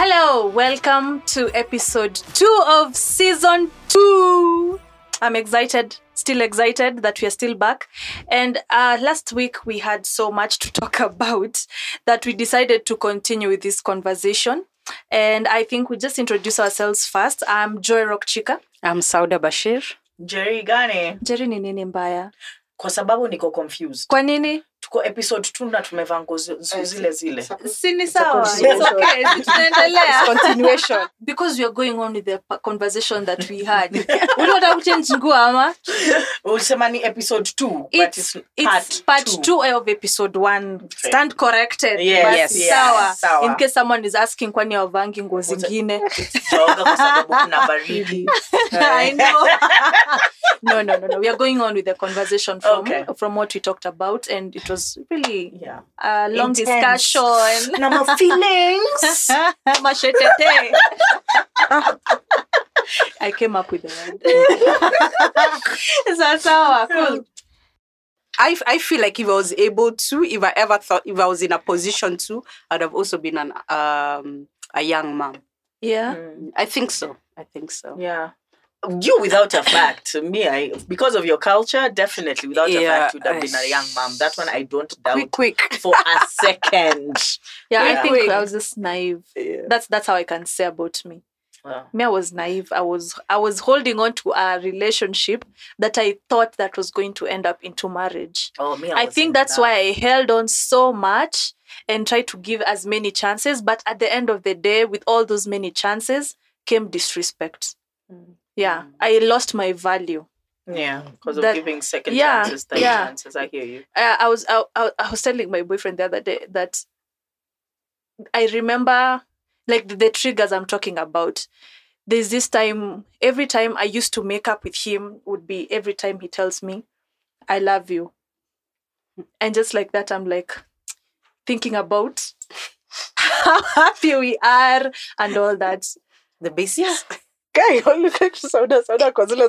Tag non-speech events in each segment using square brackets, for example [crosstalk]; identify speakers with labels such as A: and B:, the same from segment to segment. A: Hello, welcome to episode two of season two. I'm excited, still excited that we are still back. And uh, last week we had so much to talk [laughs] about that we decided to continue with this conversation. And I think we just introduce ourselves first. I'm Joy Rockchika.
B: I'm Sauda Bashir.
C: Jerry gani?
A: Jerry ni nini mbaya?
C: Kwa sababu niko confused.
A: Kwa nini?
C: Tuko episode 2 na tumevaa nguo zi- zi- zile zile.
A: Si ni sawa. It's
C: continuation.
A: okay. si Tunaendelea.
B: Continuation.
A: [laughs] Because we are going on with the pa- conversation that we had. [laughs] Unataka kuchange nguo ama?
C: Ulisema ni episode 2 but
A: it's,
C: it's,
A: it's part, two. of episode one stand corrected
C: Yes,
A: Basi,
C: yes,
A: sawa.
C: sawa.
A: in case someone is asking kwani wavangi nguo
C: [laughs]
A: zingine [laughs]
C: Tutaoga kwa sababu kuna baridi. Eh.
A: I know. [laughs] no no no no we are going on with the conversation from
C: Okay.
A: from what we talked about and it was really
C: Yeah.
A: a long
C: Intense.
A: discussion
C: Na
A: [laughs]
C: ma feelings.
A: mashetete [laughs] i came up with the word Sawa, sawa cool
B: I, f- I feel like if I was able to, if I ever thought, if I was in a position to, I'd have also been an um, a young mom.
A: yeah
B: I think so. I think so.
C: Mm, Yeah. You without a fact, me, I because of your culture, definitely without a
B: Yeah,
C: fact would have been a young mom. That one I don't doubt
B: Quick, quick.
C: for a second.
A: yeah, i
C: Yeah.
A: think
B: Wait.
A: i was just naive that's that's how i can say about me
C: Wow.
A: me i was naive i was i was holding on to a relationship that i thought that was going to end up into marriage
C: Oh, me,
A: i think that's why i held on so much and tried to give as many chances but at the end of the day with all those many chances came disrespect yeah i lost my value
C: Yeah, because of
A: That-
C: giving second
A: yeah,
C: chances, third
A: yeah.
C: chances. I hear you.
A: I, I was I, I I was telling my boyfriend the other day that I remember like the, the triggers I'm talking about. There's this time every time I used to make up with him would be every time he tells me, "I love you," and just like that, I'm like thinking about [laughs] how happy we are and all that.
B: The basics. [laughs]
C: [laughs]
B: [laughs]
A: For real,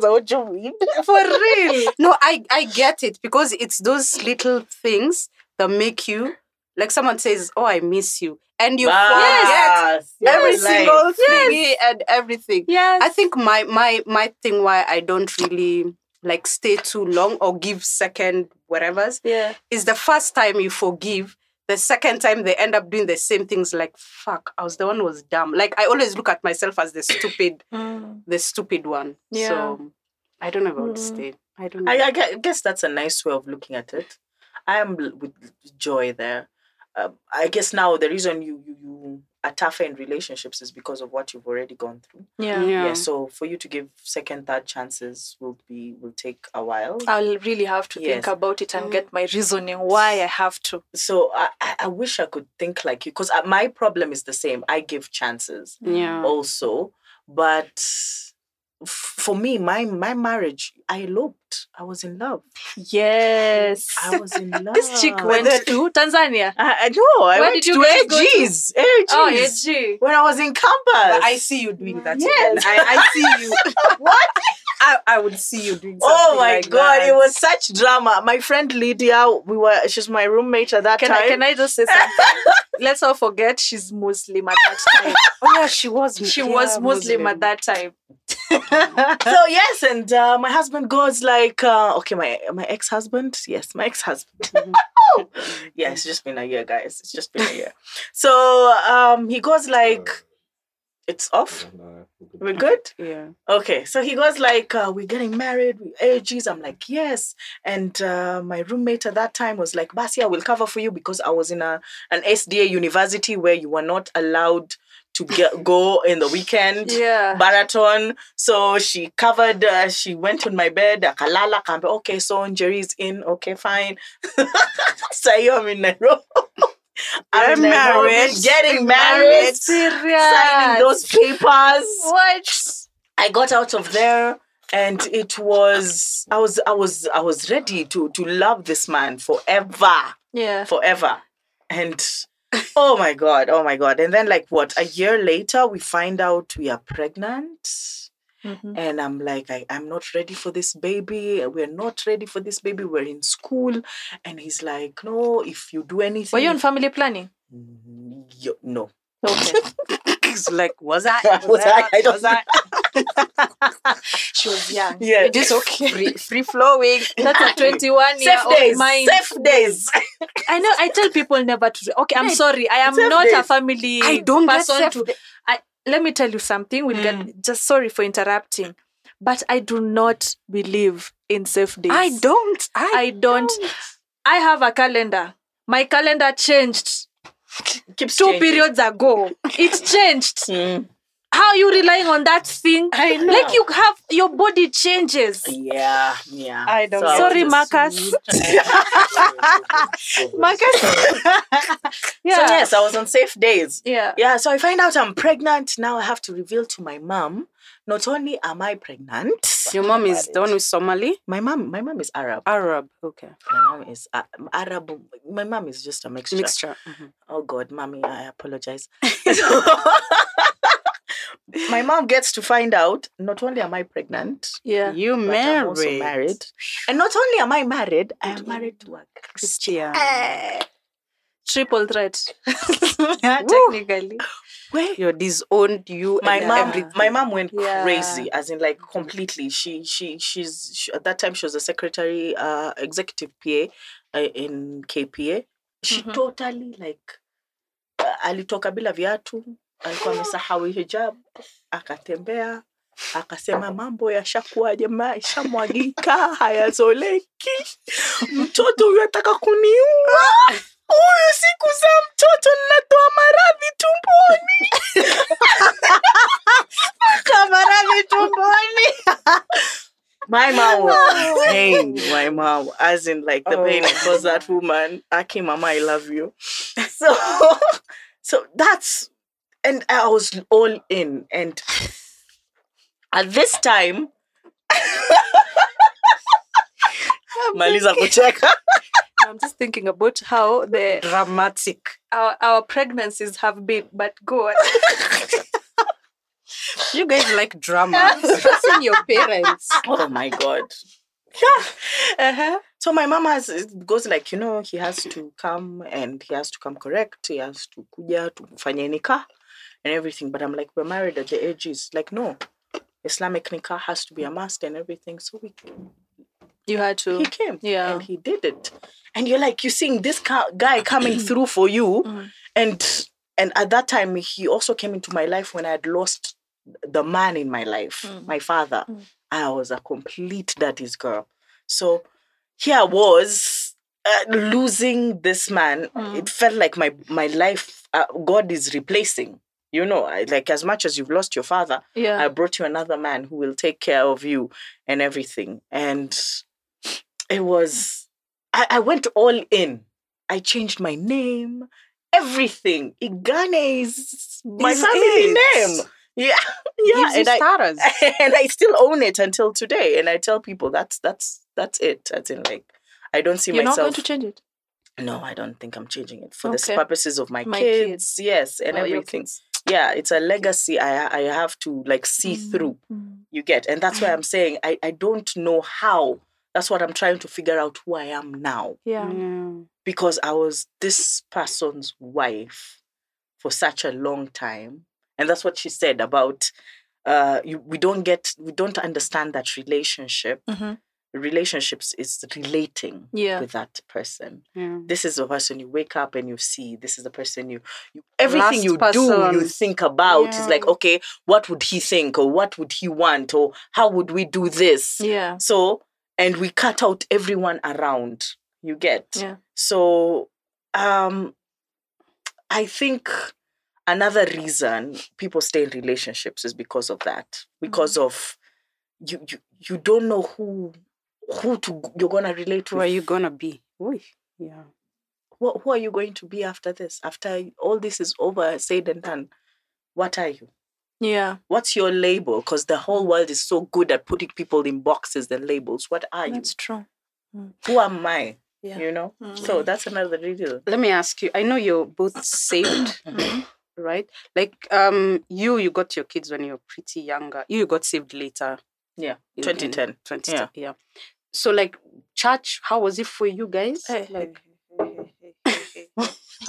B: No, I, I get it because it's those little things that make you, like someone says, oh, I miss you. And you forget
C: Yes,
B: every
C: yes.
B: single thing and everything.
A: yes.
B: I think my my my thing why I don't really like stay too long or give second whatever's
A: yeah.
B: is the first time you forgive. The second time they end up doing the same things like fuck, I was the one who was dumb. Like I always look at myself as the stupid, the stupid one. So I don't know if I would
A: Mm.
B: stay. I don't know.
C: I, I gue- guess that's a nice way of looking at it. I am l- with joy there. Um, I guess now the reason you you you are tougher in relationships is because of what you've already gone through.
A: yeah.
C: Yeah. So for you to give second, third chances will be will take a while.
A: I'll really have to think
C: Yes.
A: about it and get my reasoning why I have to.
C: So I, I I wish I could think like you because my problem is the same. I give chances.
A: Ah.
B: Yeah.
C: Oh, also but f- for me my my marriage i eloped i was in love
A: Yes.
C: i was in love
A: [laughs] this chick went
C: I-
A: to Tanzania.
C: i know i
A: Where
C: went
A: did you
C: to
A: guys go to?
C: AG's,
A: Oh,
C: AG's,
A: AG.
C: when i was in campus
B: But I see you doing that.
C: Yes.
B: Yes. I, I see you. what? [laughs] I, I would see you doing something
C: Oh my
B: like
C: god,
B: that.
C: it was such drama. My friend Lydia, we were she's my roommate at that
A: Can
C: time.
A: I, can I just say something? Let's not forget she's Muslim at that time.
B: Oh yeah, she was.
A: She
B: yeah,
A: was Muslim, at that time.
C: so yes, and uh, my husband goes like, uh, okay, my my ex husband, yes, my ex husband. [laughs] yeah, it's just been a year, guys. It's just been a year. So um, he goes like, it's off. [laughs] We're good.
B: Yeah.
C: Okay, so he goes like, uh, "We're getting married." We AGs. I'm like, "Yes." And uh, my roommate at that time was like, "Basia, I will cover for you because I was in a an SDA university where you were not allowed to get, go in the
A: [laughs]
C: weekend
A: Yeah.
C: marathon. So she covered. Uh, she went on my bed. Akalala. Kambe. Okay, so Jerry is in. Okay, fine. [laughs] so I'm in Nairobi. I'm in Nairobi,
B: married.
C: Getting married.
A: Serious.
C: Signing those papers
A: What?
C: I got out of there and it was I was I was I was ready to to love this man forever.
A: Yeah.
C: Forever. And oh my god, oh my god. And then like what a year later we find out we are pregnant.
B: Mm-hmm.
A: Mhm.
C: And I'm like, I, I'm not ready for this baby. We're not ready for this baby. We're in school. And he's like, No, if you do anything.
B: [laughs]
A: Were you on family planning?
C: Mm, yo- no.
A: Okay.
B: It's like, was I?
C: [laughs] Was I? I don't
B: was I?
A: She was young.
C: [laughs]
A: [laughs]
C: Yeah.
A: It is
B: Just free, free flowing.
A: [laughs] That's a 21 year
C: Safe
A: old
C: days.
A: mind.
C: Safe
B: [laughs]
C: days.
A: I know. I tell people never to. Okay, I'm
B: Yeah,
A: sorry. I am
C: safe
A: not a
C: days.
A: family.
B: I don't get
A: person
B: safe
A: to.
B: da-
A: I let me tell you something. We'll get just sorry for interrupting, but I do not believe in safe days.
B: I don't. I,
A: I don't. I have a calendar. My calendar changed
C: Keeps
A: two
C: changing.
A: periods ago. It changed.
C: Mm.
A: How are you relying on that thing?
B: I know.
A: Like you have your body changes.
C: Yeah, yeah.
B: I don't
C: So
B: get
A: Sorry,
C: just-
A: Marcus.
C: So
A: Yeah.
C: yes, I was on safe days.
A: Yeah.
C: Yeah, so I find out I'm pregnant. Now I have to reveal to my mom. Not only am I pregnant,
B: Your mom is the one who's Somali?
C: my mom, my mom is Arab.
B: Arab. Okay.
C: My mom is uh, Arab. My mom is just a mixture.
B: Mixture. Mm-hmm.
C: Oh God, mommy, I
B: [laughs]
C: apologize. [laughs] my mom gets to find out. Not only am I pregnant,
A: Yeah.
B: You
C: but I'm also
B: married.
C: married, and not only am I married, I am married to a
B: Christian.
A: Triple threat.
B: Woo.
A: Technically.
C: Where
B: [laughs] You're disowned. You
C: my
B: and
C: mom
B: everything.
C: my mom went
A: Yeah.
C: crazy as in like completely she she she's she, at that time she was a secretary uh executive pa uh, in kpa she
A: Mhm.
C: totally like uh, alitoka bila viatu alikuwa amesahau hijab akatembea akasema mambo yashakuwaje maishamwagika hayazoleki mtoto huyu ataka kuniua Ah! huyu siku za mtoto ninatoa maradhi tumboni
B: Maradhi tumboni. Ah!
C: My mom was pain. My mom, as in like the pain it caused that woman. Aki, mama, I love you. [laughs] So, [laughs] so that's, and I was all in. And at this time, [laughs] Maliza kucheka. [laughs]
A: I'm just thinking about how the
B: Dramatic.
A: our, our pregnancies have been, but God,
B: You guys
C: [laughs]
B: like drama.
A: stressing your parents.
C: Oh my god.
A: Uh-huh.
C: So my mama has, it goes like, you know, he has to come and he has to come correct. He has to kuja to kufanya nikah and everything. But I'm like, we're married at the ages. Like, no, Islamic nikah has to be a must and everything. So we,
A: You had to.
C: he came
A: Yeah.
C: and he did it. And you're like, you're seeing this ca- guy
A: [clears throat]
C: coming through for you.
A: Mm.
C: And and at that time, he also came into my life when I had lost the man in my life,
A: Mm.
C: my father.
A: Mm.
C: I was a complete daddy's girl. So here I was uh, losing this man.
A: Mm.
C: It felt like my my life, uh, God is replacing. You know, I, like as much as you've lost your father, I
A: Yeah.
C: brought you another man who will take care of you and everything. And it was, I, I went all in. I changed my name, everything. Igane is my
B: Is
C: family
B: it?
C: name. Yeah, yeah.
B: Gives you
C: And I, eh.
B: stars.
C: [laughs] and I still own it until today. And I tell people that's that's that's it. As in, like, I don't see
A: You're not going
C: myself.
A: to change it.
C: no, I don't think I'm changing it for the
A: Okay.
C: purposes of my,
A: My
C: kids, Yes, and
A: Oh, your
C: everything. Yeah, it's a legacy. I I have to like see
A: Mm.
C: through you get and that's why i'm saying I, I don't know how that's what i'm trying to figure out who i am now
A: Mm-hmm. Yeah.
B: Mm.
C: because i was this person's wife for such a long time and that's what she said about uh you, we don't get we don't understand that relationship
A: Mhm.
C: relationships is relating
A: Yeah.
C: with that person
B: Yeah.
C: this is the person you wake up and you see this is the person you, you everything
B: Last
C: you do you
B: person.
C: think about is like
B: Yeah.
C: okay what would he think or what would he want or how would we do this
A: Yeah.
C: so and we cut out everyone around you get
A: Yeah.
C: so um i think another reason people stay in relationships is because of that because
B: Mm-hmm.
C: of you you, you don't know who who to you're gonna relate
B: Who
C: with
B: are you gonna be? Oy. Yeah.
C: what, who are you going to be after this? After all this is over, said and done, what are you?
A: Yeah.
C: What's your label? Because the whole world is so good at putting people in boxes and labels. What are you?
A: That's true.
C: Who am I?
A: Yeah.
C: You know?
A: Mm.
C: So that's another reason.
B: Let me ask you. I know you're both saved, right? Like um, you you got your kids when you were pretty younger. You got saved later.
C: Yeah.
B: in- in
C: 2010.
B: 2010. Yeah.
C: Eh,
B: So like church, how was it for you guys?
A: Hey.
B: Like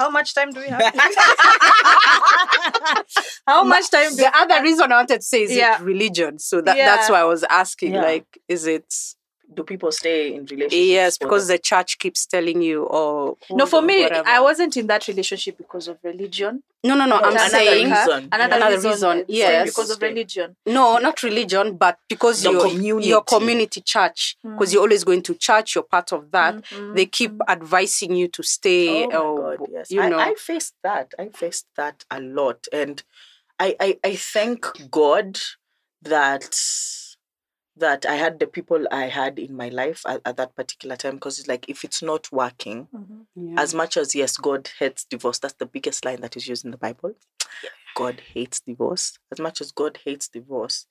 C: How much time do we have?
B: How much time? The other reason I wanted to say is
C: Yeah.
B: it religion. So that,
C: Yeah.
B: that's why I was asking.
C: Yeah.
B: Like, is it?
C: do people stay in relationships?
B: Yes,
C: for
B: because the church keeps telling you. Or
A: no, for me,
B: whatever.
A: I wasn't in that relationship because of religion.
B: no, no, no.
A: But
B: I'm
A: another
B: saying
A: reason.
B: Another
A: Another, reason,
B: reason,
A: same
B: yes.
A: because of religion.
B: no, not religion, but because
C: The
B: your
C: community.
B: your community church.
C: Hmm.
B: Because
A: Mm.
B: you're always going to church, you're part of that.
A: Mm,
B: They
A: mm,
B: keep
A: mm.
B: advising you to stay.
C: Oh my
B: or,
C: God, yes.
B: You
C: I,
B: know.
C: I faced that. I faced that a lot. And I, I I thank God that that I had the people I had in my life at, at that particular time. Because it's like if it's not working,
A: Mhm.
B: Mm.
C: as much as yes, God hates divorce, that's the biggest line that is used in the Bible. God hates divorce. As much as God hates divorce,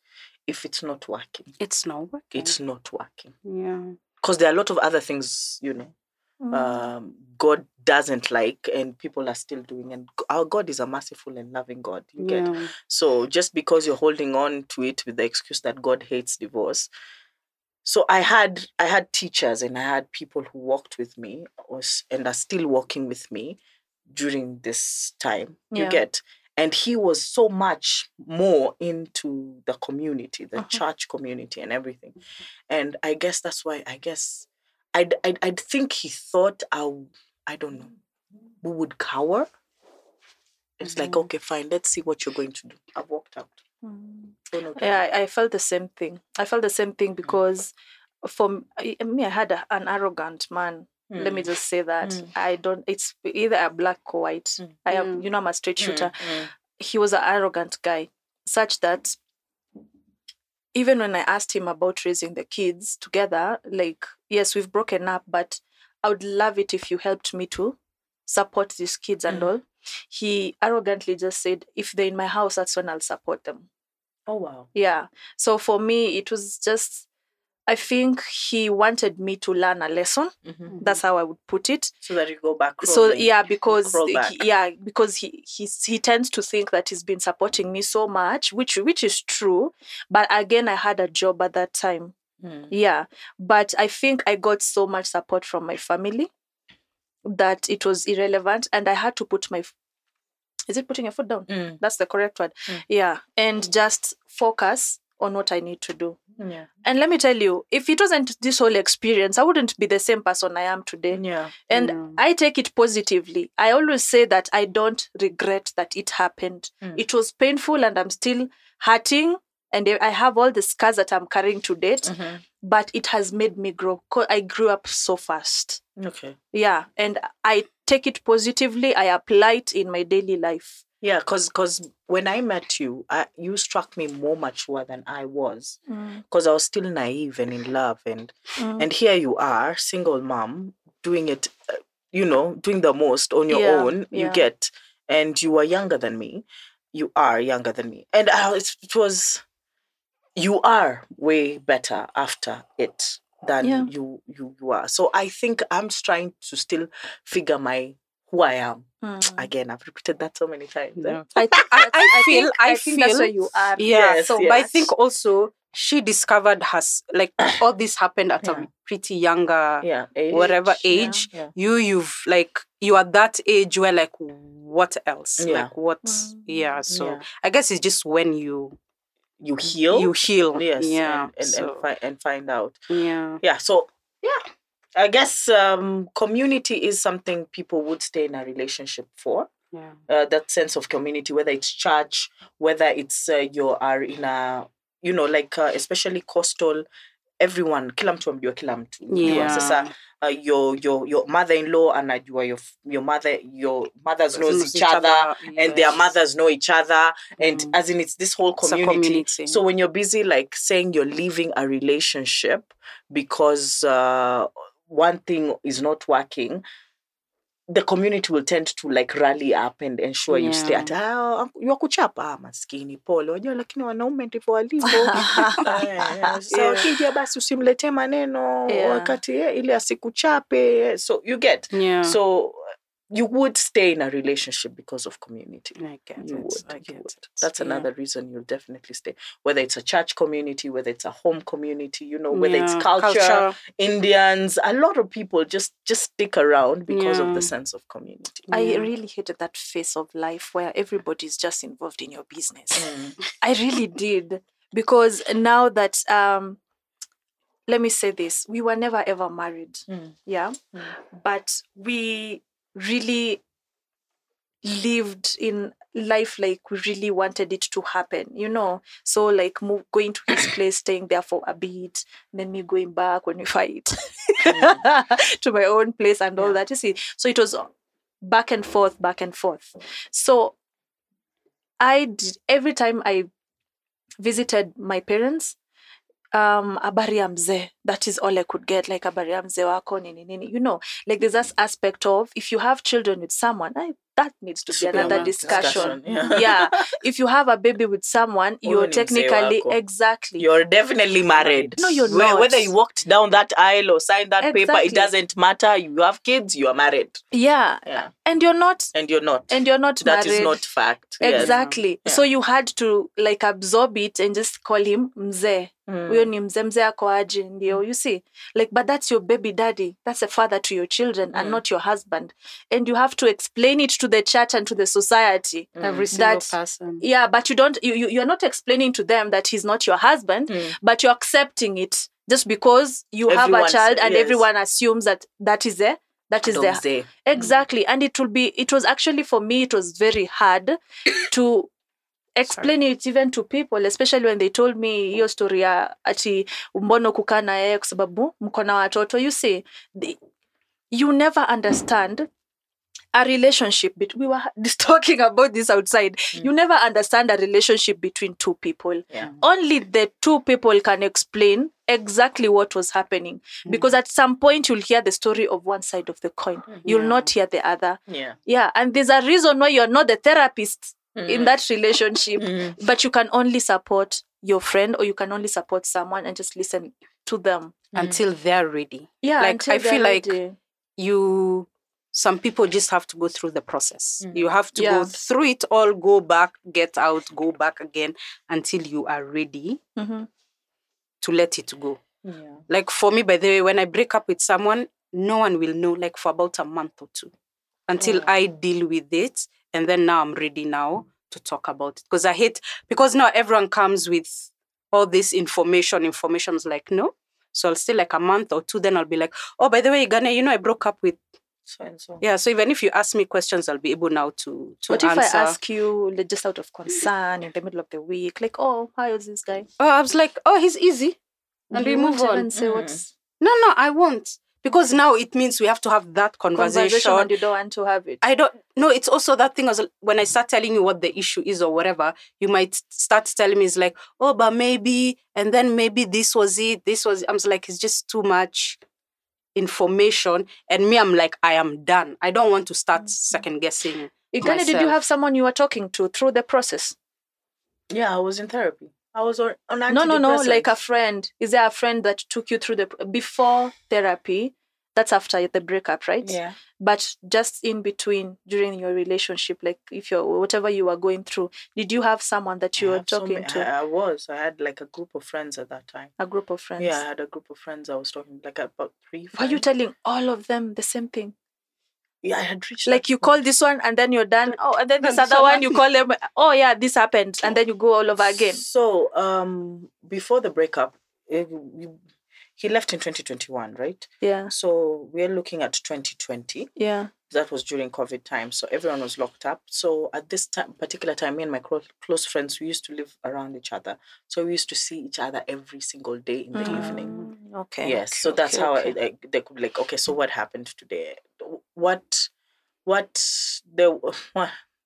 C: if it's not working,
B: it's not working.
C: it's not working.
B: yeah.
C: Because there are a lot of other things, you know, um, God doesn't like and people are still doing. And g- our God is a merciful and loving God. You get
B: yeah.
C: so just because you're holding on to it with the excuse that God hates divorce. So I had I had teachers and I had people who walked with me or, s- and are still walking with me during this time.
A: Yeah.
C: You get. And he was so much more into the community, the
A: Uh-huh. Mm-hmm.
C: church community, and everything. And I guess that's why I guess I'd, I'd, I'd think he thought I, w- I don't know, we would cower. It's like,
A: Mm-hmm.
C: okay, fine, let's see what you're going to do. I've walked out.
A: Mm.
C: Oh, no,
A: Yeah, I, I felt the same thing. I felt the same thing because for m- I- me, I had a, an arrogant man.
C: darling.
A: Let me just say that
C: Mm.
A: I don't. It's either a black or white.
C: Mm.
A: I am,
B: Mm.
A: you know, I'm a straight
C: Mm,
A: shooter.
C: mm.
A: he was an arrogant guy, such that even when I asked him about raising the kids together, like, yes, we've broken up, but I would love it if you helped me to support these kids and
C: Mhm.
A: all. He arrogantly just said, if they're in my house, that's when I'll support them.
C: Oh, wow.
A: Yeah. So for me, it was just, I think he wanted me to learn a lesson.
C: Hmm.
A: That's how I would put it
C: Mm-hmm. So that you go back.
A: Mm. so
C: crawling.
A: yeah because
C: crawl
A: he-
C: back.
A: yeah because he he's, he tends to think that he's been supporting me so much which which is true but again i had a job at that time
C: Mm.
A: yeah but i think i got so much support from my family that it was irrelevant and i had to put my f- is it putting your foot down
C: Mm.
A: that's the correct word
C: Mm.
A: yeah and just focus on what i need to do
C: Yeah.
A: and let me tell you if it wasn't this whole experience i wouldn't be the same person i am today
C: Yeah.
A: and
B: Yeah.
A: I take it positively. I always say that I don't regret that it happened.
C: Mm.
A: It was painful and I'm still hurting. And I I have all the scars that I'm carrying to date,
C: Mm.
A: but it has made me grow. 'cause I grew up so fast.
C: Okay.
A: Yeah. And I take it positively. I apply it in my daily life.
C: Yeah, because when I met you, I, you struck me more mature than I was. Because I was still naive and in love, and
A: Mm.
C: and here you are, single mom, doing it, uh, you know, doing the most on your
A: Yeah,
C: own.
A: yeah.
C: You get, and you were younger than me. You are younger than me, and I, was- it was, you are way better after it than
A: Yeah.
C: you you you are. So I think I'm trying to still figure my who I am.
A: Mm.
C: Again, I've repeated that so many times. eh?
A: I, th- I,
C: [laughs]
B: I
A: I
B: feel-
A: think,
B: I
A: I think that's
B: feel-
A: where you are.
B: Yeah,
C: Yes,
A: so
C: yes.
B: But I
A: much.
B: think also she discovered her
C: [coughs]
B: like all this happened at
C: Yeah.
B: a pretty younger
C: Uh, yeah
B: whatever
A: yeah.
B: age.
C: Yeah.
B: You you've like you are that age where like what else?
C: Yeah.
B: Like what
A: Mm.
B: yeah. So
C: Yeah.
B: I guess it's just when you
C: you heal
B: you heal.
C: yes
B: Yeah.
C: and and,
B: so,
C: and, fi- and find out
B: yeah.
C: yeah so yeah i guess um community is something people would stay in a relationship for
B: Yeah.
C: uh, that sense of community whether it's church whether it's uh, you are in a you know like uh, especially coastal everyone kila mtu amjua kila mtu You know, sasa
B: Yeah.
C: uh, your your your mother-in-law anajua your f- your mother your mothers knows
B: Knows
C: each other and their
B: yes.
C: mothers know each other and
B: Mm.
C: as in it's this whole
B: It's a
C: community.
B: community.
C: so when you're busy like saying you're leaving a relationship because uh, one thing is not working the community will tend to like rally up and ensure you stay
B: Yeah.
C: at ah, you kuchapa ah, maskini pole wajua lakini wanaume ndivyo walivyo
A: [laughs]
C: Eh, sasa
A: Yeah.
C: wakija basi usimletee maneno
A: Yeah.
C: wakati eh, ili asikuchape so eh, you get
B: yeah.
C: so you would stay in a relationship because of community.
B: I get
C: You
B: it.
C: would.
B: I
C: you
B: get
C: would.
B: it.
C: That's
B: Yeah.
C: another reason you'll definitely stay. Whether it's a church community, whether it's a home community, you know, whether it's
B: Yeah,
C: culture, Indians, a lot of people just just stick around because of
B: Yeah.
C: the sense of community.
A: I
B: Yeah.
A: really hated that phase of life where everybody's just involved in your
C: Hmm,
A: business. [laughs] I really did because now that um let me say this, we were never ever married.
C: Mm.
A: Yeah. But we really lived in life like we really wanted it to happen, you know. So like move, going to his place, staying there for a bit, then me going back when we fight [laughs] to my own place and all
C: Yeah.
A: that. You see, so it was back and forth, back and forth. So I did every time I visited my parents. Um, habari ya mzee that is all i could get like habari ya mzee wako nini nini you know like there's this aspect of if you have children with someone I, that needs to be
C: Should be
A: another
B: another
A: discussion,
C: discussion,
A: yeah if you have a baby with someone
C: Huyo
A: you're
C: ni mzee
A: technically
C: wako.
A: exactly
C: [laughs] You're definitely married.
A: No, you're
C: Whe-
A: not.
C: Whether you walked down that aisle or signed that paper,
A: Exactly.
C: it doesn't matter. You have kids, you are married.
A: yeah
C: Yeah.
A: and you're not
C: And you're not.
A: and you're not
C: That is
A: married.
C: not fact. Yes.
A: exactly
C: Yeah.
A: so you had to like absorb it and just call him mzee
C: Hmm. Mm.
A: huyo ni mzee mzee ako aje ndio you see like but that's your baby daddy that's a father to your children and
C: Mm.
A: not your husband and you have to explain it to the church and to the society
C: Hmm. mm.
B: Every single
A: That-
B: person.
A: yeah but you don't you, you you're not explaining to them that he's not your husband
C: Mm.
A: but you're accepting it just because you have a
C: Everyone's-
A: child and
C: yes.
A: everyone assumes that that is a that is their
C: Don't Hmm. say.
A: exactly and it will be it was actually for me it was very hard to explain it even to people especially when they told me hiyo story ya ati mbona kukaa na yeye kwa sababu mko na watoto you see the, you never understand a relationship bet- we were [laughs] talking about this outside you never understand a relationship between two people
C: Yeah.
A: only the two people can explain exactly what was happening because at some point you'll hear the story of one side of the coin you'll
B: Yeah.
A: not hear the other
C: Yeah.
A: yeah and there's a reason why you're not the therapist in
C: Mm.
A: that relationship
C: Mm.
A: but you can only support your friend or you can only support someone and just listen to them
B: Until they're ready.
A: yeah
B: Like,
A: until
B: I
A: they're
B: feel like
A: ready.
B: you some people just have to go through the process
C: Mm.
B: you have to
A: Yeah.
B: go through it all go back get out go back again until you are ready
A: Mhm.
B: to let it go
C: Yeah.
B: like for me by the way when i break up with someone no one will know like for about a month or two until
C: Oh.
B: i deal with it and then now i'm ready now to talk about it because i hate because now everyone comes with all this information information's like no so i'll stay like a month or two then i'll be like oh by the way Ghana, you know i broke up with
C: So and so.
B: yeah, so even if you ask me questions, I'll be able now to to
A: what if
B: answer.
A: i ask you like, just out of concern in the middle of the week like oh how is this guy
B: Oh, I was like, oh, he's easy, and
A: You
B: we move
A: won't
B: on.
A: even say
C: Mm.
A: what's
B: No, no, I won't because now it means we have to have that conversation.
A: Mm. conversation and you don't want to have it
B: I don't. No, it's also that thing as when I start telling you what the issue is or whatever, you might start telling me it's like, oh, but maybe, and then maybe this was it. This was. I'm just like, it's just too much information, and me, I'm like, I am done. I don't want to start second guessing.
C: [laughs]
B: [laughs]
A: Igana, did you
B: myself.
A: have someone you were talking to through the process?
C: Yeah, I was in therapy. I was on, on
A: No, no, no.
C: antidepressants.
A: Like a friend. Is there a friend that took you through the before therapy? That's after the breakup, right?
C: yeah.
A: But just in between during your relationship, like if you're whatever you were going through, did you have someone that you
C: I
A: were
C: have so
A: talking
C: many-
A: to?
C: I, I was. I had like a group of friends at that time.
A: A group of friends.
C: Yeah, I had a group of friends. I was talking like about three.
A: Were you
C: friends.
A: telling all of them the same thing?
C: yeah, I had reached
A: Like
C: that
A: you
C: point.
A: call this one and then you're done. Oh, and then this
C: Then [laughs] this
A: other
C: one
A: one you call them. Oh yeah, this happened, and then you go all over again.
C: So, um, before the breakup, eh, we- he left in 2021, right?
A: Yeah,
C: So we're looking at 2020.
A: yeah.
C: That was during COVID time, so everyone was locked up. So at this time, particular time, me and my clo- close friends, we used to live around each other. So we used to see each other every single day in the evening.
A: Mm, Okay.
C: yes
A: okay,
C: so that's
A: okay,
C: how
A: okay.
C: I, I, they could be like okay so what happened today what what there w-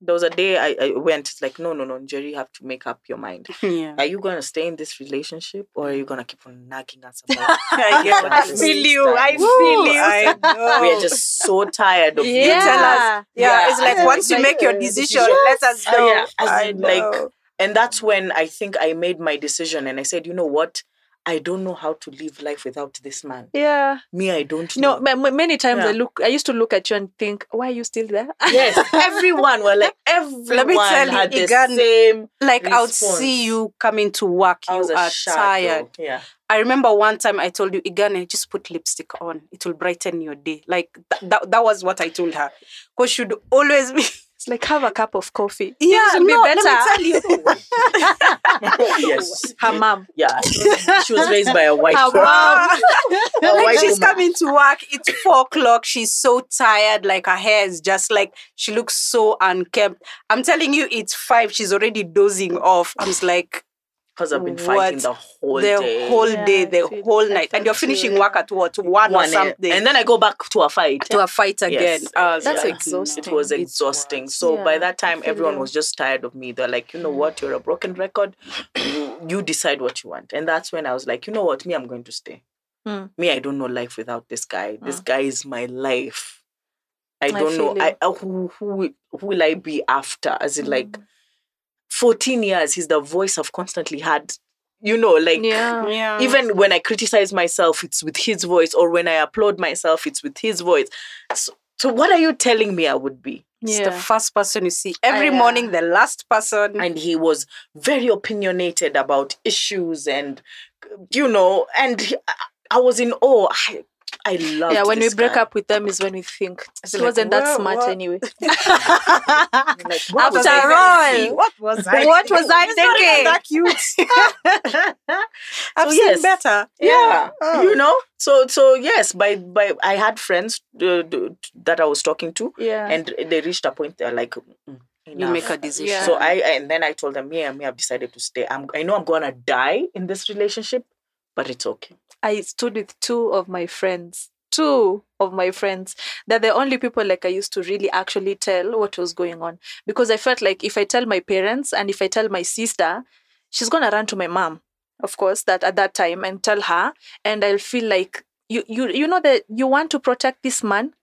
C: there was a day I, I went it's like no no no Jerry you have to make up your mind
B: Yeah,
C: are you gonna stay in this relationship or are you gonna keep on nagging us
B: [laughs]
C: about
B: I,
C: get what
B: I
C: you're
B: feel you. I
C: saying.
B: feel
C: Woo,
B: you.
C: I
B: know.
C: we are just so tired of you.
A: Yeah.
B: tell us. [laughs] Yeah,
C: Yeah,
B: it's like
A: I-
B: once you
A: like,
B: make your
A: uh,
B: decision,
C: yes.
B: let us
C: Uh,
B: know.
C: yeah, as
B: I
C: in, like,
B: know.
C: and that's when I think I made my decision and I said you know what I don't know how to live life without this man.
A: Yeah.
C: Me, I don't know.
A: No, ma- ma- many times I
C: Mm. Yeah.
A: look. I used to look at you and think, "Why are you still there?" [laughs]
C: Yes,
B: [laughs]
C: everyone were like everyone
B: Let me tell you,
C: had the
B: Igan,
C: same.
B: Like I would
C: Response.
B: see you coming to work,
C: I
B: you
C: was a
B: are
C: shadow.
B: tired. [laughs]
C: Yeah,
B: I remember one time I told you, Igane, just put lipstick on. It will brighten your day. Like th- that, that was what I told her. Because should always be [laughs]
A: It's like have a cup of coffee.
B: Yeah,
A: Things will
B: no,
A: be
B: let me
A: better.
B: [laughs] tell you.
C: yes,
A: Her mom.
C: yeah. She was raised
B: [laughs]
C: by a white
A: Her
C: woman.
A: mom.
C: A
B: like
C: white
B: she's
C: woman.
B: coming to work. It's four o'clock. She's so tired. Like her hair is just like she looks so unkempt. I'm telling you, it's five. She's already dozing off. I'm just like
C: because I've been
B: What?
C: fighting the whole
B: the
C: day.
B: whole
A: Yeah,
B: day, the
A: dude,
B: whole
A: I
B: night, and
A: felt
B: you're finishing
A: you.
B: work at what one, or
C: one eh,
B: something,
C: and then I go back to a fight.
B: to a fight again. Oh,
C: Yes.
B: I was
A: That's
B: like,
A: exhausting.
C: It was
B: It's
C: exhausting.
B: worse.
C: So by
A: Yeah,
C: that time,
A: I feel
C: everyone
A: you.
C: was just tired of me. They're like, you know what? You're a broken record. You, you decide what you want. And that's when I was like, you know what? Me, I'm going to stay.
A: Mm.
C: Me, I don't know life without this guy. This guy is my life. I don't know.
A: feel
C: I
A: you.
C: uh, who who will- who will I be after? As in,
A: Hmm.
C: like, 14 years. He's the voice I've constantly had. You know, like [laughs]
A: Yeah.
B: Yeah.
C: even when I criticize myself, it's with his voice, or when I applaud myself, it's with his voice. So, so what are you telling me I would be?
B: It's
A: Yeah.
B: the first person you see every
A: I, uh,
B: morning, the last person.
C: And he was very opinionated about issues, and you know, and he- I- I was in awe. I, I love.
A: Yeah, when we break
C: [laughs]
A: up with them is when we think
C: It's
A: it
C: like,
A: wasn't that
C: whoa,
A: smart
C: what?" [laughs]
A: anyway.
C: what was
B: After
C: I
B: all,
C: thinking?
B: what
A: [laughs]
B: was
C: I
B: What was I
C: thinking? It's
B: thinking? Oh,
C: not
B: cute. I've
C: So,
B: seen
C: yes.
B: better.
C: [laughs] yeah
B: Oh.
C: you know so so yes by by i had friends uh, d- that i was talking to
A: Yeah.
C: and they reached a point they're like "Mm,
B: You
C: enough."
B: make a decision.
A: Yeah.
C: so i and then i told them yeah me i've decided to stay i'm i know i'm gonna die in this relationship but it's okay
A: I stood with two of my friends. Two of my friends. They're the only people like I used to really actually tell what was going on. Because I felt like if I tell my parents and if I tell my sister, she's gonna run to my mom, of course, that at that time and tell her. And I'll feel like you you you know that you want to protect this man.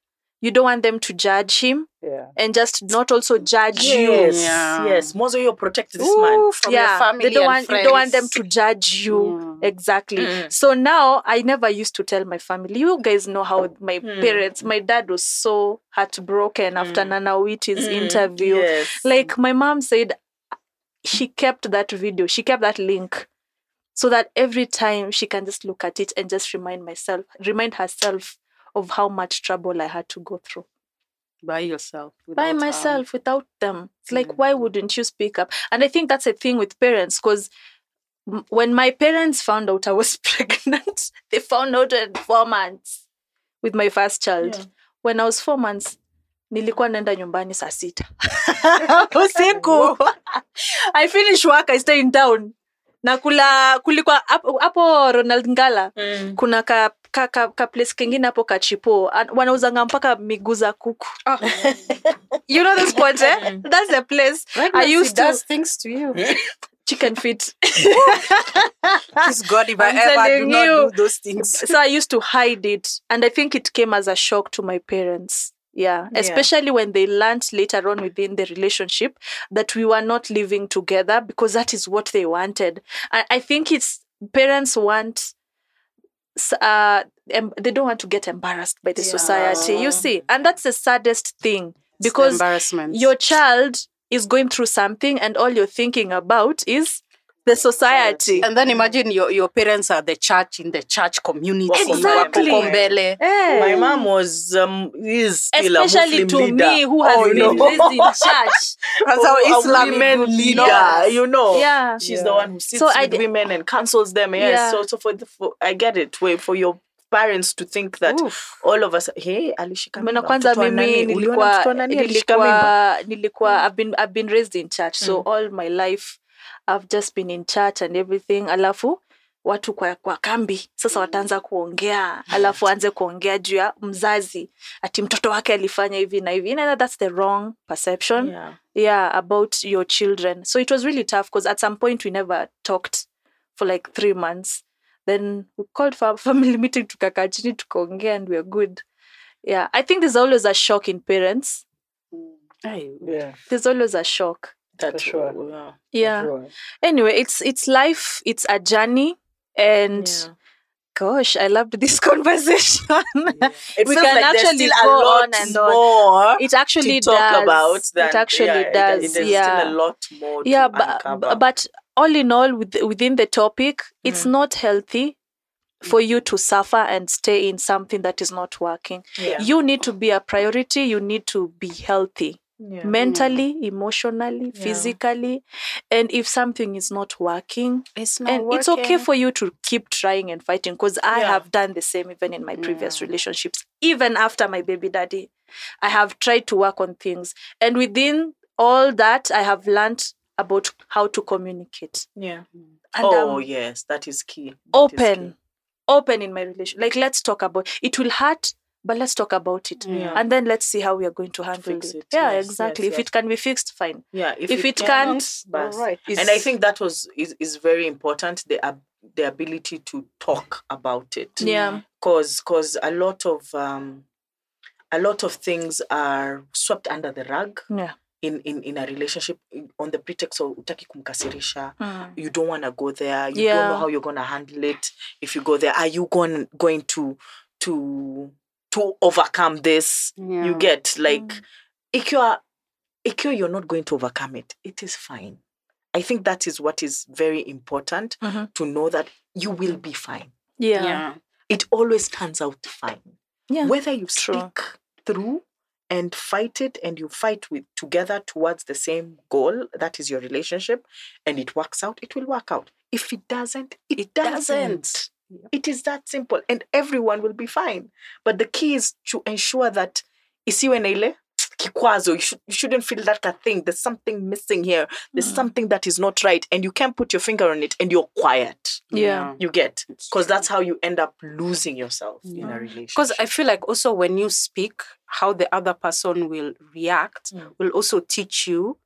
A: You don't want them to judge him
C: yeah
A: and just not also judge you.
C: yes
B: Yeah.
C: yes most of you protect this
B: Ooh,
C: man
B: from
A: yeah,
B: your family
A: they don't
B: and
A: want you don't want them to judge you
B: Yeah.
A: exactly.
C: Mm.
A: So now I never used to tell my family. You guys know how my
C: Mm.
A: parents. My dad was so heartbroken after
C: Mm.
A: Nana Witty's
C: Mm,
A: interview.
C: yes.
A: Like my mom said, she kept that video. She kept that link. So that every time she can just look at it and just remind myself, remind herself of how much trouble I had to go through
B: by yourself.
A: by
B: without, um,
A: myself without them. It's like, why wouldn't you speak up? And I think that's a thing with parents because when my parents found out I was [laughs] pregnant, they found out at four months with my first child.
C: Yeah.
A: When I was four months, nilikuwa naenda nyumbani saa sita
B: Whoa.
A: usiku i finish work i stay in town na kula kulikuwa hapo- hapo ronald ngala
C: Mm.
A: kuna ka, ka, ka, ka place kengine hapo kachipo An- wanauzanga mpaka miguu za kuku
C: Ah.
A: [laughs] you know the spot eh?
C: Mm.
A: that's the place
B: Pregnancy
A: used to-
B: does things to you.
A: chicken feet
B: Please God, if
A: I'm
B: I ever do
A: telling
B: not
A: you.
B: do those things.
A: so i used to hide it and i think it came as a shock to my parents yeah,
C: Yeah.
A: especially when they learned later on within the relationship that we were not living together because that is what they wanted i, I think it's parents want s- uh, em- they don't want to get embarrassed by the
B: Yeah.
A: society you see and that's the saddest thing
B: It's
A: because
B: the embarrassment.
A: your child is going through something and all you're thinking about is the society
B: and then imagine your, your parents are the church in the church community.
C: Wako
A: Exactly.
B: Wako mbele.
A: Eh.
C: my mom was um is still
A: especially
C: a Muslim
A: to
C: leader.
A: me who has
C: Oh,
A: been
C: no. [laughs]
A: raised in church
B: That's how
C: a
B: Islam
C: women
B: is good.
C: leader,
A: Yes.
C: you know.
A: Yeah.
C: She's
B: Yeah.
C: the one who sits
A: So
C: with
A: I d-
C: women and counsels them. Yes.
A: Yeah.
C: So so for, the, for I get it. Wait, for your parents to think that
B: Oof.
C: all of us hey alishika
A: Maana
C: mimba,
A: kwanza
C: mtoto wa
A: mimi
C: nani? Uliona
A: nilikuwa
C: mtoto wa nani alishika mimba? Mm.
A: nilikuwa nilikuwa I've been I've been raised in church so all my life I've just been in church and everything alafu watu kwa, kwa kambi sasa wataanza kuongea
C: Mm.
A: alafu aanze kuongea juu ya mzazi ati mtoto wake alifanya hivi na hivi You know, that's the wrong perception
C: Yeah.
A: yeah about your children so it was really tough because at some point we never talked for like three months then we called for a [laughs] family meeting tukakaa chini tukaongea and we are good yeah i think there's always a shock in parents
B: Hey,
C: Yeah.
A: there's always a shock
C: That's
B: sure.
C: sure.
A: yeah anyway it's it's life it's a journey And gosh, I loved this [laughs] conversation.
C: It
A: We
C: feels
A: can
C: like there's
A: actually
C: still a
A: go
C: lot
A: on and on.
C: more
A: it actually
C: to talk
A: does.
C: about. Than,
A: it actually
C: yeah, it-
A: does.
C: It, there's
A: yeah.
C: still a lot more.
A: yeah
C: to
A: but,
C: uncover.
A: but all in all with, within the topic it's
C: Mm.
A: not healthy for you
C: Mm-hmm.
A: to suffer and stay in something that is not working
C: yeah.
A: you need to be a priority you need to be healthy
C: Yeah.
A: mentally emotionally
C: Yeah.
A: physically and if something is not working
B: It's
A: and it's okay for you to keep trying and fighting because i
C: Yeah.
A: have done the same even in my previous
B: Yeah.
A: relationships even after my baby daddy i have tried to work on things and within all that i have learned about how to communicate
C: yeah.
A: and
C: Oh
A: I'm
C: yes, that is key. That is key.
A: open open in my relation like let's talk about it will hurt but let's talk about it
C: Yeah.
A: and then let's see how we are going to handle
C: fix
A: it,
C: it,
A: yeah
C: yes,
A: exactly
C: yes,
A: if
C: yes.
A: it can be fixed fine
C: Yeah.
A: if, it, can't,
C: bust.
B: All right.
C: and I think that was is, is very important. The ab- the ability to talk about it.
A: yeah
C: Cause cause a lot of um, a lot of things are swept under the rug
A: yeah
C: in in in a relationship in- on the pretext of utaki kumkasirisha.
A: Mm.
C: You don't want to go there. You don't
A: Yeah.
C: know how you're gonna handle it. If you go there, are you going going to to to overcome this? You get like
A: Mm.
C: ikiwa ikiwa you're not going to overcome it, it is fine. I think that is what is very important
A: Mhm.
C: to know that you will be fine.
A: yeah,
B: yeah.
C: It always turns out fine.
A: Yeah.
C: Whether you
A: True.
C: stick through and fight it and you fight with together towards the same goal, that is your relationship, and it works out, it will work out. If it doesn't, it, doesn't. It is that simple. And everyone will be fine. But the key is to ensure that isiwe na ile kikwazo. You, should, you shouldn't feel that a thing. There's something missing here. There's
A: Mm.
C: something that is not right. And you can't put your finger on it and you're quiet.
A: Yeah.
C: You get? Because that's how you end up losing yourself in
B: Yeah.
C: a relationship.
B: Because I feel like also when you speak, how the other person will react
C: Mm.
B: will also teach you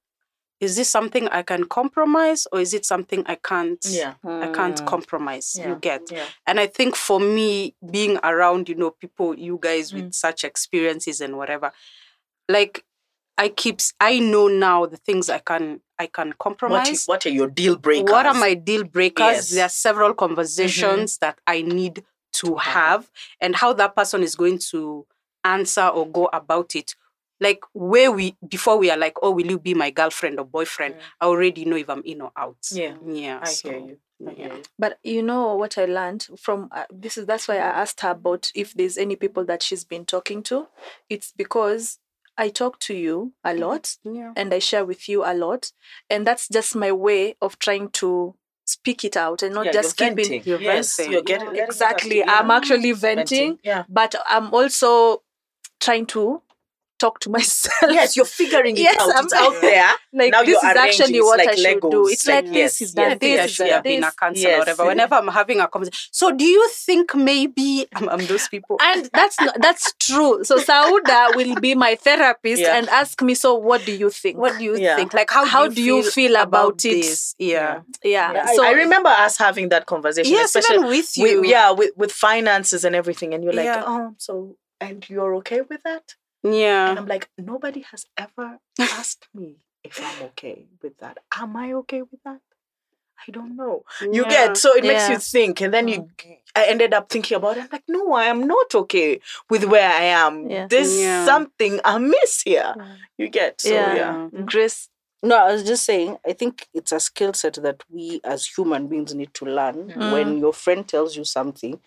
B: is this something I can compromise or is it something I can't
C: yeah.
B: I can't
C: Mm.
B: compromise. You
C: Yeah.
B: get.
C: Yeah.
B: And I think for me, being around, you know, people, you guys with
C: Mm.
B: such experiences and whatever, like I keep s- I know now the things I can I can
C: What,
B: compromise.
C: is, what are your deal breakers?
B: What are my deal breakers?
C: Yes.
B: There are several conversations that I need to have, and how that person is going to answer or go about it. Like where we before we are like, oh, will you be my girlfriend or boyfriend? I already know if I'm in or out.
C: Mm. Yeah.
B: yeah.
C: I
B: so,
C: hear you. I hear
B: yeah.
C: you.
A: But you know what I learned from uh, this is that's why I asked her about if there's any people that she's been talking to. It's because I talk to you a
C: Mm-hmm.
A: lot
B: Yeah.
A: and I share with you a lot, and that's just my way of trying to speak it out and not
C: Yeah,
A: just
C: you're
A: keeping.
C: venting.
B: You're
C: yes,
B: venting.
C: you're getting letting it
B: Yeah.
C: out.
A: Exactly,
C: Yeah.
A: I'm actually venting,
C: venting. Yeah.
A: but I'm also trying to talk to [laughs] myself.
C: Yes, you're figuring it
A: Yes,
C: out.
A: I'm- [laughs]
C: it's
B: [laughs]
C: out there.
A: like
C: now
A: this
C: you're
A: is actually
C: arranging. It's
A: what
C: like
A: I should do.
C: Legos.
A: It's
C: Like,
A: like,
C: yes,
A: this is
C: yeah,
A: that
B: I think I
A: this is
B: should
A: that
B: have been
A: this.
B: a counselor or
C: Yes.
B: whatever. Whenever I'm having a conversation, so do you think maybe [laughs] I'm, I'm those people?
A: and that's not, that's true. So Sauda will be my therapist
C: Yeah.
A: and ask me. So what do you think?
B: What do you
C: Yeah.
B: think? Like, how
A: How do you feel about it?
B: This? Yeah.
A: yeah.
C: Yeah, I-
A: So
C: I, remember us having that conversation.
B: Yes,
C: especially
B: even with you.
C: with- yeah, with, with finances and everything. And you're like,
B: Yeah.
C: oh, so, and you're okay with that? And
B: Yeah.
C: I'm like, nobody has
B: [laughs]
C: ever asked me if I'm okay with that. Am I okay with that? I don't know. You
B: Yeah.
C: get so it makes you
A: Yeah. Mm.
C: think, and then you. I ended up thinking about it. I'm like, no, I am not okay with where I am.
A: Yeah.
C: There's
B: Yeah.
C: something amiss here.
A: Yeah.
C: You get so
A: Yeah. Mm.
C: yeah.
A: Grace,
D: No, I was just saying, I think it's a skill set that we as human beings need to learn.
A: Mm.
D: When your friend tells you something,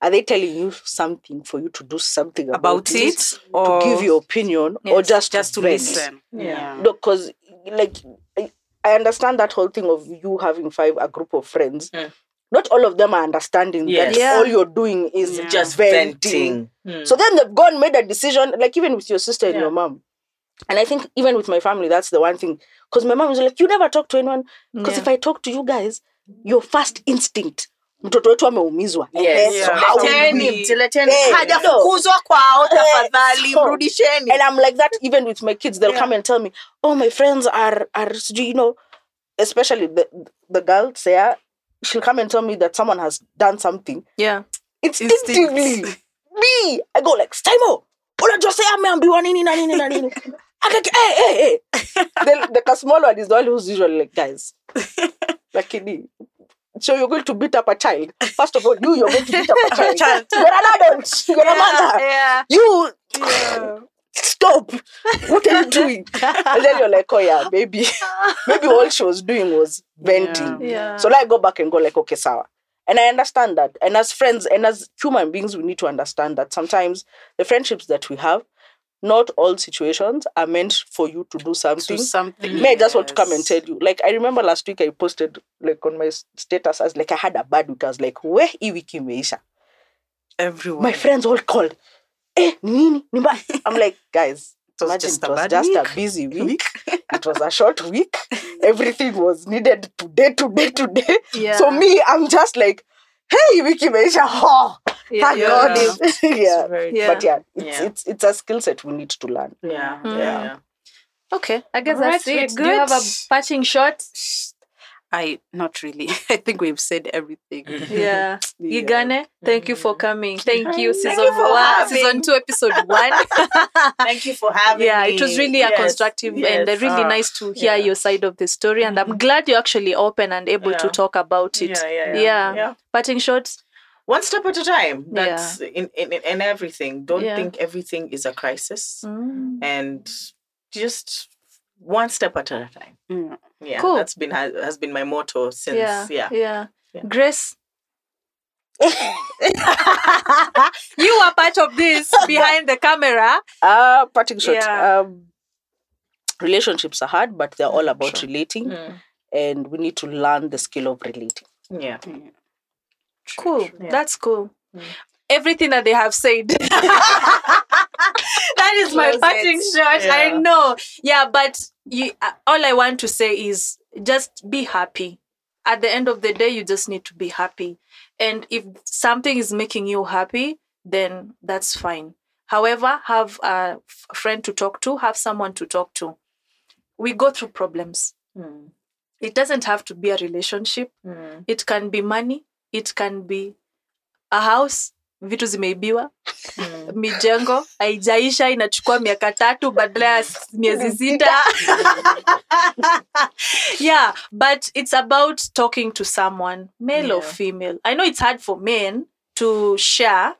D: are they telling you something for you to do something about,
B: About it or
D: To give your opinion or
A: Yes,
D: just,
B: just to
D: vent?
B: listen.
C: Yeah.
D: No, because like I- I understand that whole thing of you having five a group of friends.
C: Mm.
D: Not all of them are understanding
C: Yes.
D: that
A: Yeah.
D: all you're doing is
B: Yeah.
D: just venting. So then they've gone made a decision, like even with your sister and
C: Yeah.
D: your mom. And I think even with my family, that's the one thing. Because my mom is like, you never talk to anyone. Because
A: Yeah.
D: if I talk to you guys, your first instinct, mtoto wetu ameumizwa.
C: Yes.
D: Eh,
B: Yeah.
D: So how would
B: Leteni,
D: we?
C: Mleteni, mleteni.
D: Eh,
C: Hajafukuzwa kwao tafadhali,
D: so-
C: mrudisheni.
D: And I'm like that even with my kids. They'll
C: Yeah.
D: come and tell me, oh, my friends are, are sijui, you know, especially the, the girl, Sarah, she'll come and tell me that someone has done something.
A: yeah,
D: instinctively me i go like stimo unajua say ameambiwa nini na nini na nini Akaki- eh, eh, eh. the, the small one is the one who's usually like guys lakini so you're going to beat up a child. First of all, you you're going to beat up a child. You're an adult. You're a mother.
B: yeah.
D: You
B: yeah.
D: stop. What are you doing? And then you're like, oh yeah, maybe maybe all she was doing was venting.
A: yeah.
D: So like go back and go like, okay, sawa. And I understand that. And as friends and as human beings, we need to understand that sometimes the friendships that we have, not all situations are meant for you to do
B: To
D: something.
B: something.
D: May I just want to come and
B: yes.
D: tell you. Like I remember last week I posted like on my s- status as like I had a bad week. I was like, where hii wiki imeisha?
B: everyone.
D: My friends all called. Eh, ni nini? Ni mbaya." I'm like, guys,
B: It was
D: imagine
B: just
D: it
B: a
D: was
B: bad
D: just
B: week.
D: a busy week. it was a short week. Everything was needed today, today, today.
A: yeah.
D: So me, I'm just like, hey, wiki imeisha. Oh,
A: yeah.
D: thank
A: yeah.
D: God.
B: Yeah.
D: It's- [laughs]
A: Mm.
D: yeah.
A: Yeah.
D: But yeah, it's,
C: uh, Yeah.
D: it's it's a skill set we need to learn.
C: Yeah.
A: Mm.
C: Yeah.
A: Okay, I guess
B: Alright,
A: that's
B: we're
A: it. Do you have a
B: good.
A: patching shot?
B: I not really. [laughs] I think we've said everything.
A: Yeah.
B: Yeah.
A: Gigane, thank you for coming. Thank you, season
C: you for
A: one,
C: having.
A: season two, episode one.
C: [laughs] Thank you for having
A: yeah,
C: me.
A: it was really a
C: Yes,
A: constructive and
C: yes,
A: really
C: uh,
A: nice to hear
C: yeah.
A: your side of the story. And I'm glad you're actually open and able to
C: Yeah.
A: talk about it.
C: Yeah, yeah, yeah.
A: Yeah.
C: yeah.
A: Parting shots.
C: One step at a time.
A: Yeah.
C: That's in, in, in in everything. Don't
A: Yeah.
C: think everything is a crisis. And just one step at a time.
B: Mm.
C: Yeah,
A: Cool.
C: that's been has, has been my motto since.
A: Yeah,
C: Yeah,
A: yeah.
C: Yeah.
A: Grace.
C: [laughs]
A: you were part of this behind the camera.
D: Uh parting shot.
A: Yeah.
D: Um relationships are hard, but they're all about relating
C: Mm.
D: and we need to learn the skill of relating.
C: yeah.
A: Cool.
C: Yeah. Mm.
A: That's cool. Everything that they have said. [laughs] that is my
B: Close
A: parting
B: it.
A: shot. I
C: Yeah.
A: know. Yeah, but you, uh, all I want to say is just be happy. At the end of the day, you just need to be happy. And if something is making you happy, then that's fine. However, have a f- friend to talk to, have someone to talk to. We go through problems.
C: Mm.
A: It doesn't have to be a relationship.
C: Mm.
A: it can be money it can be a house vitu zimeibiwa
C: Mm.
A: mijengo haijaisha inachukua miaka tatu badala ya s- miezi sita [laughs] yeah but it's about talking to someone male or
C: Yeah.
A: female i know it's hard for men to share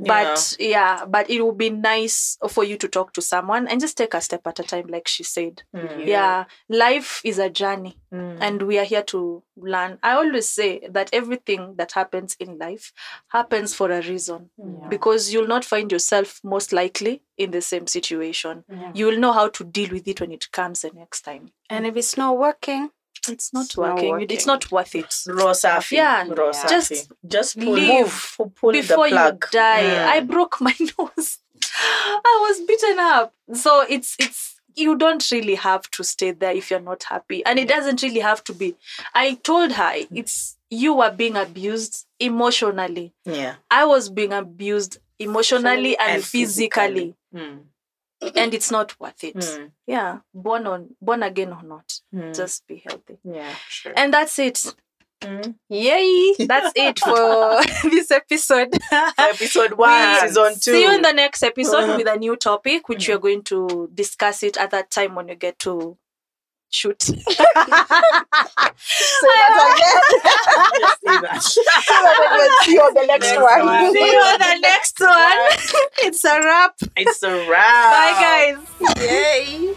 A: but yeah. but it will be nice for you to talk to someone and just take a step at a time like she said
C: Mm.
A: yeah life is a journey
C: Mm.
A: and we are here to learn. I always say that everything that happens in life happens for a reason
C: Yeah.
A: because you'll not find yourself most likely in the same situation.
B: Yeah.
A: You will know how to deal with it when it comes the next time.
B: And if it's not working,
A: It's not
B: It's not
A: working. It- It's not worth it.
C: raw safi.
A: Yeah,
C: raw
B: yeah.
A: just
C: safi. just pull,
A: leave
C: move, pu- pull
A: Before
C: the
A: you
C: plug.
A: die,
C: Mm.
A: I broke [laughs] my nose. I was beaten up. So it's it's you don't really have to stay there if you're not happy. And it doesn't really have to be. I told her it's you were being abused emotionally.
C: yeah.
A: I was being abused emotionally and,
C: And
A: physically,
C: physically. Mm.
A: and it's not worth it.
C: Mm.
A: Yeah, born on born again or not,
C: Mm.
A: just be healthy.
C: yeah, sure.
A: And that's it.
C: Mm.
A: [laughs] Yay! That's
C: [laughs]
A: it for [laughs] this episode.
C: Episode one,
A: We
C: season two.
A: See you in the next episode
C: Uh-huh. Mm-hmm.
A: with a new topic, which we are going to discuss it at that time when you get to
C: [laughs]
A: shoot. [laughs]
C: Just say that.
D: See you on the next
C: Next
D: one.
C: one.
A: See you on the next one. [laughs] it's a wrap. [laughs]
C: it's a wrap.
A: Bye, guys.
C: Yay.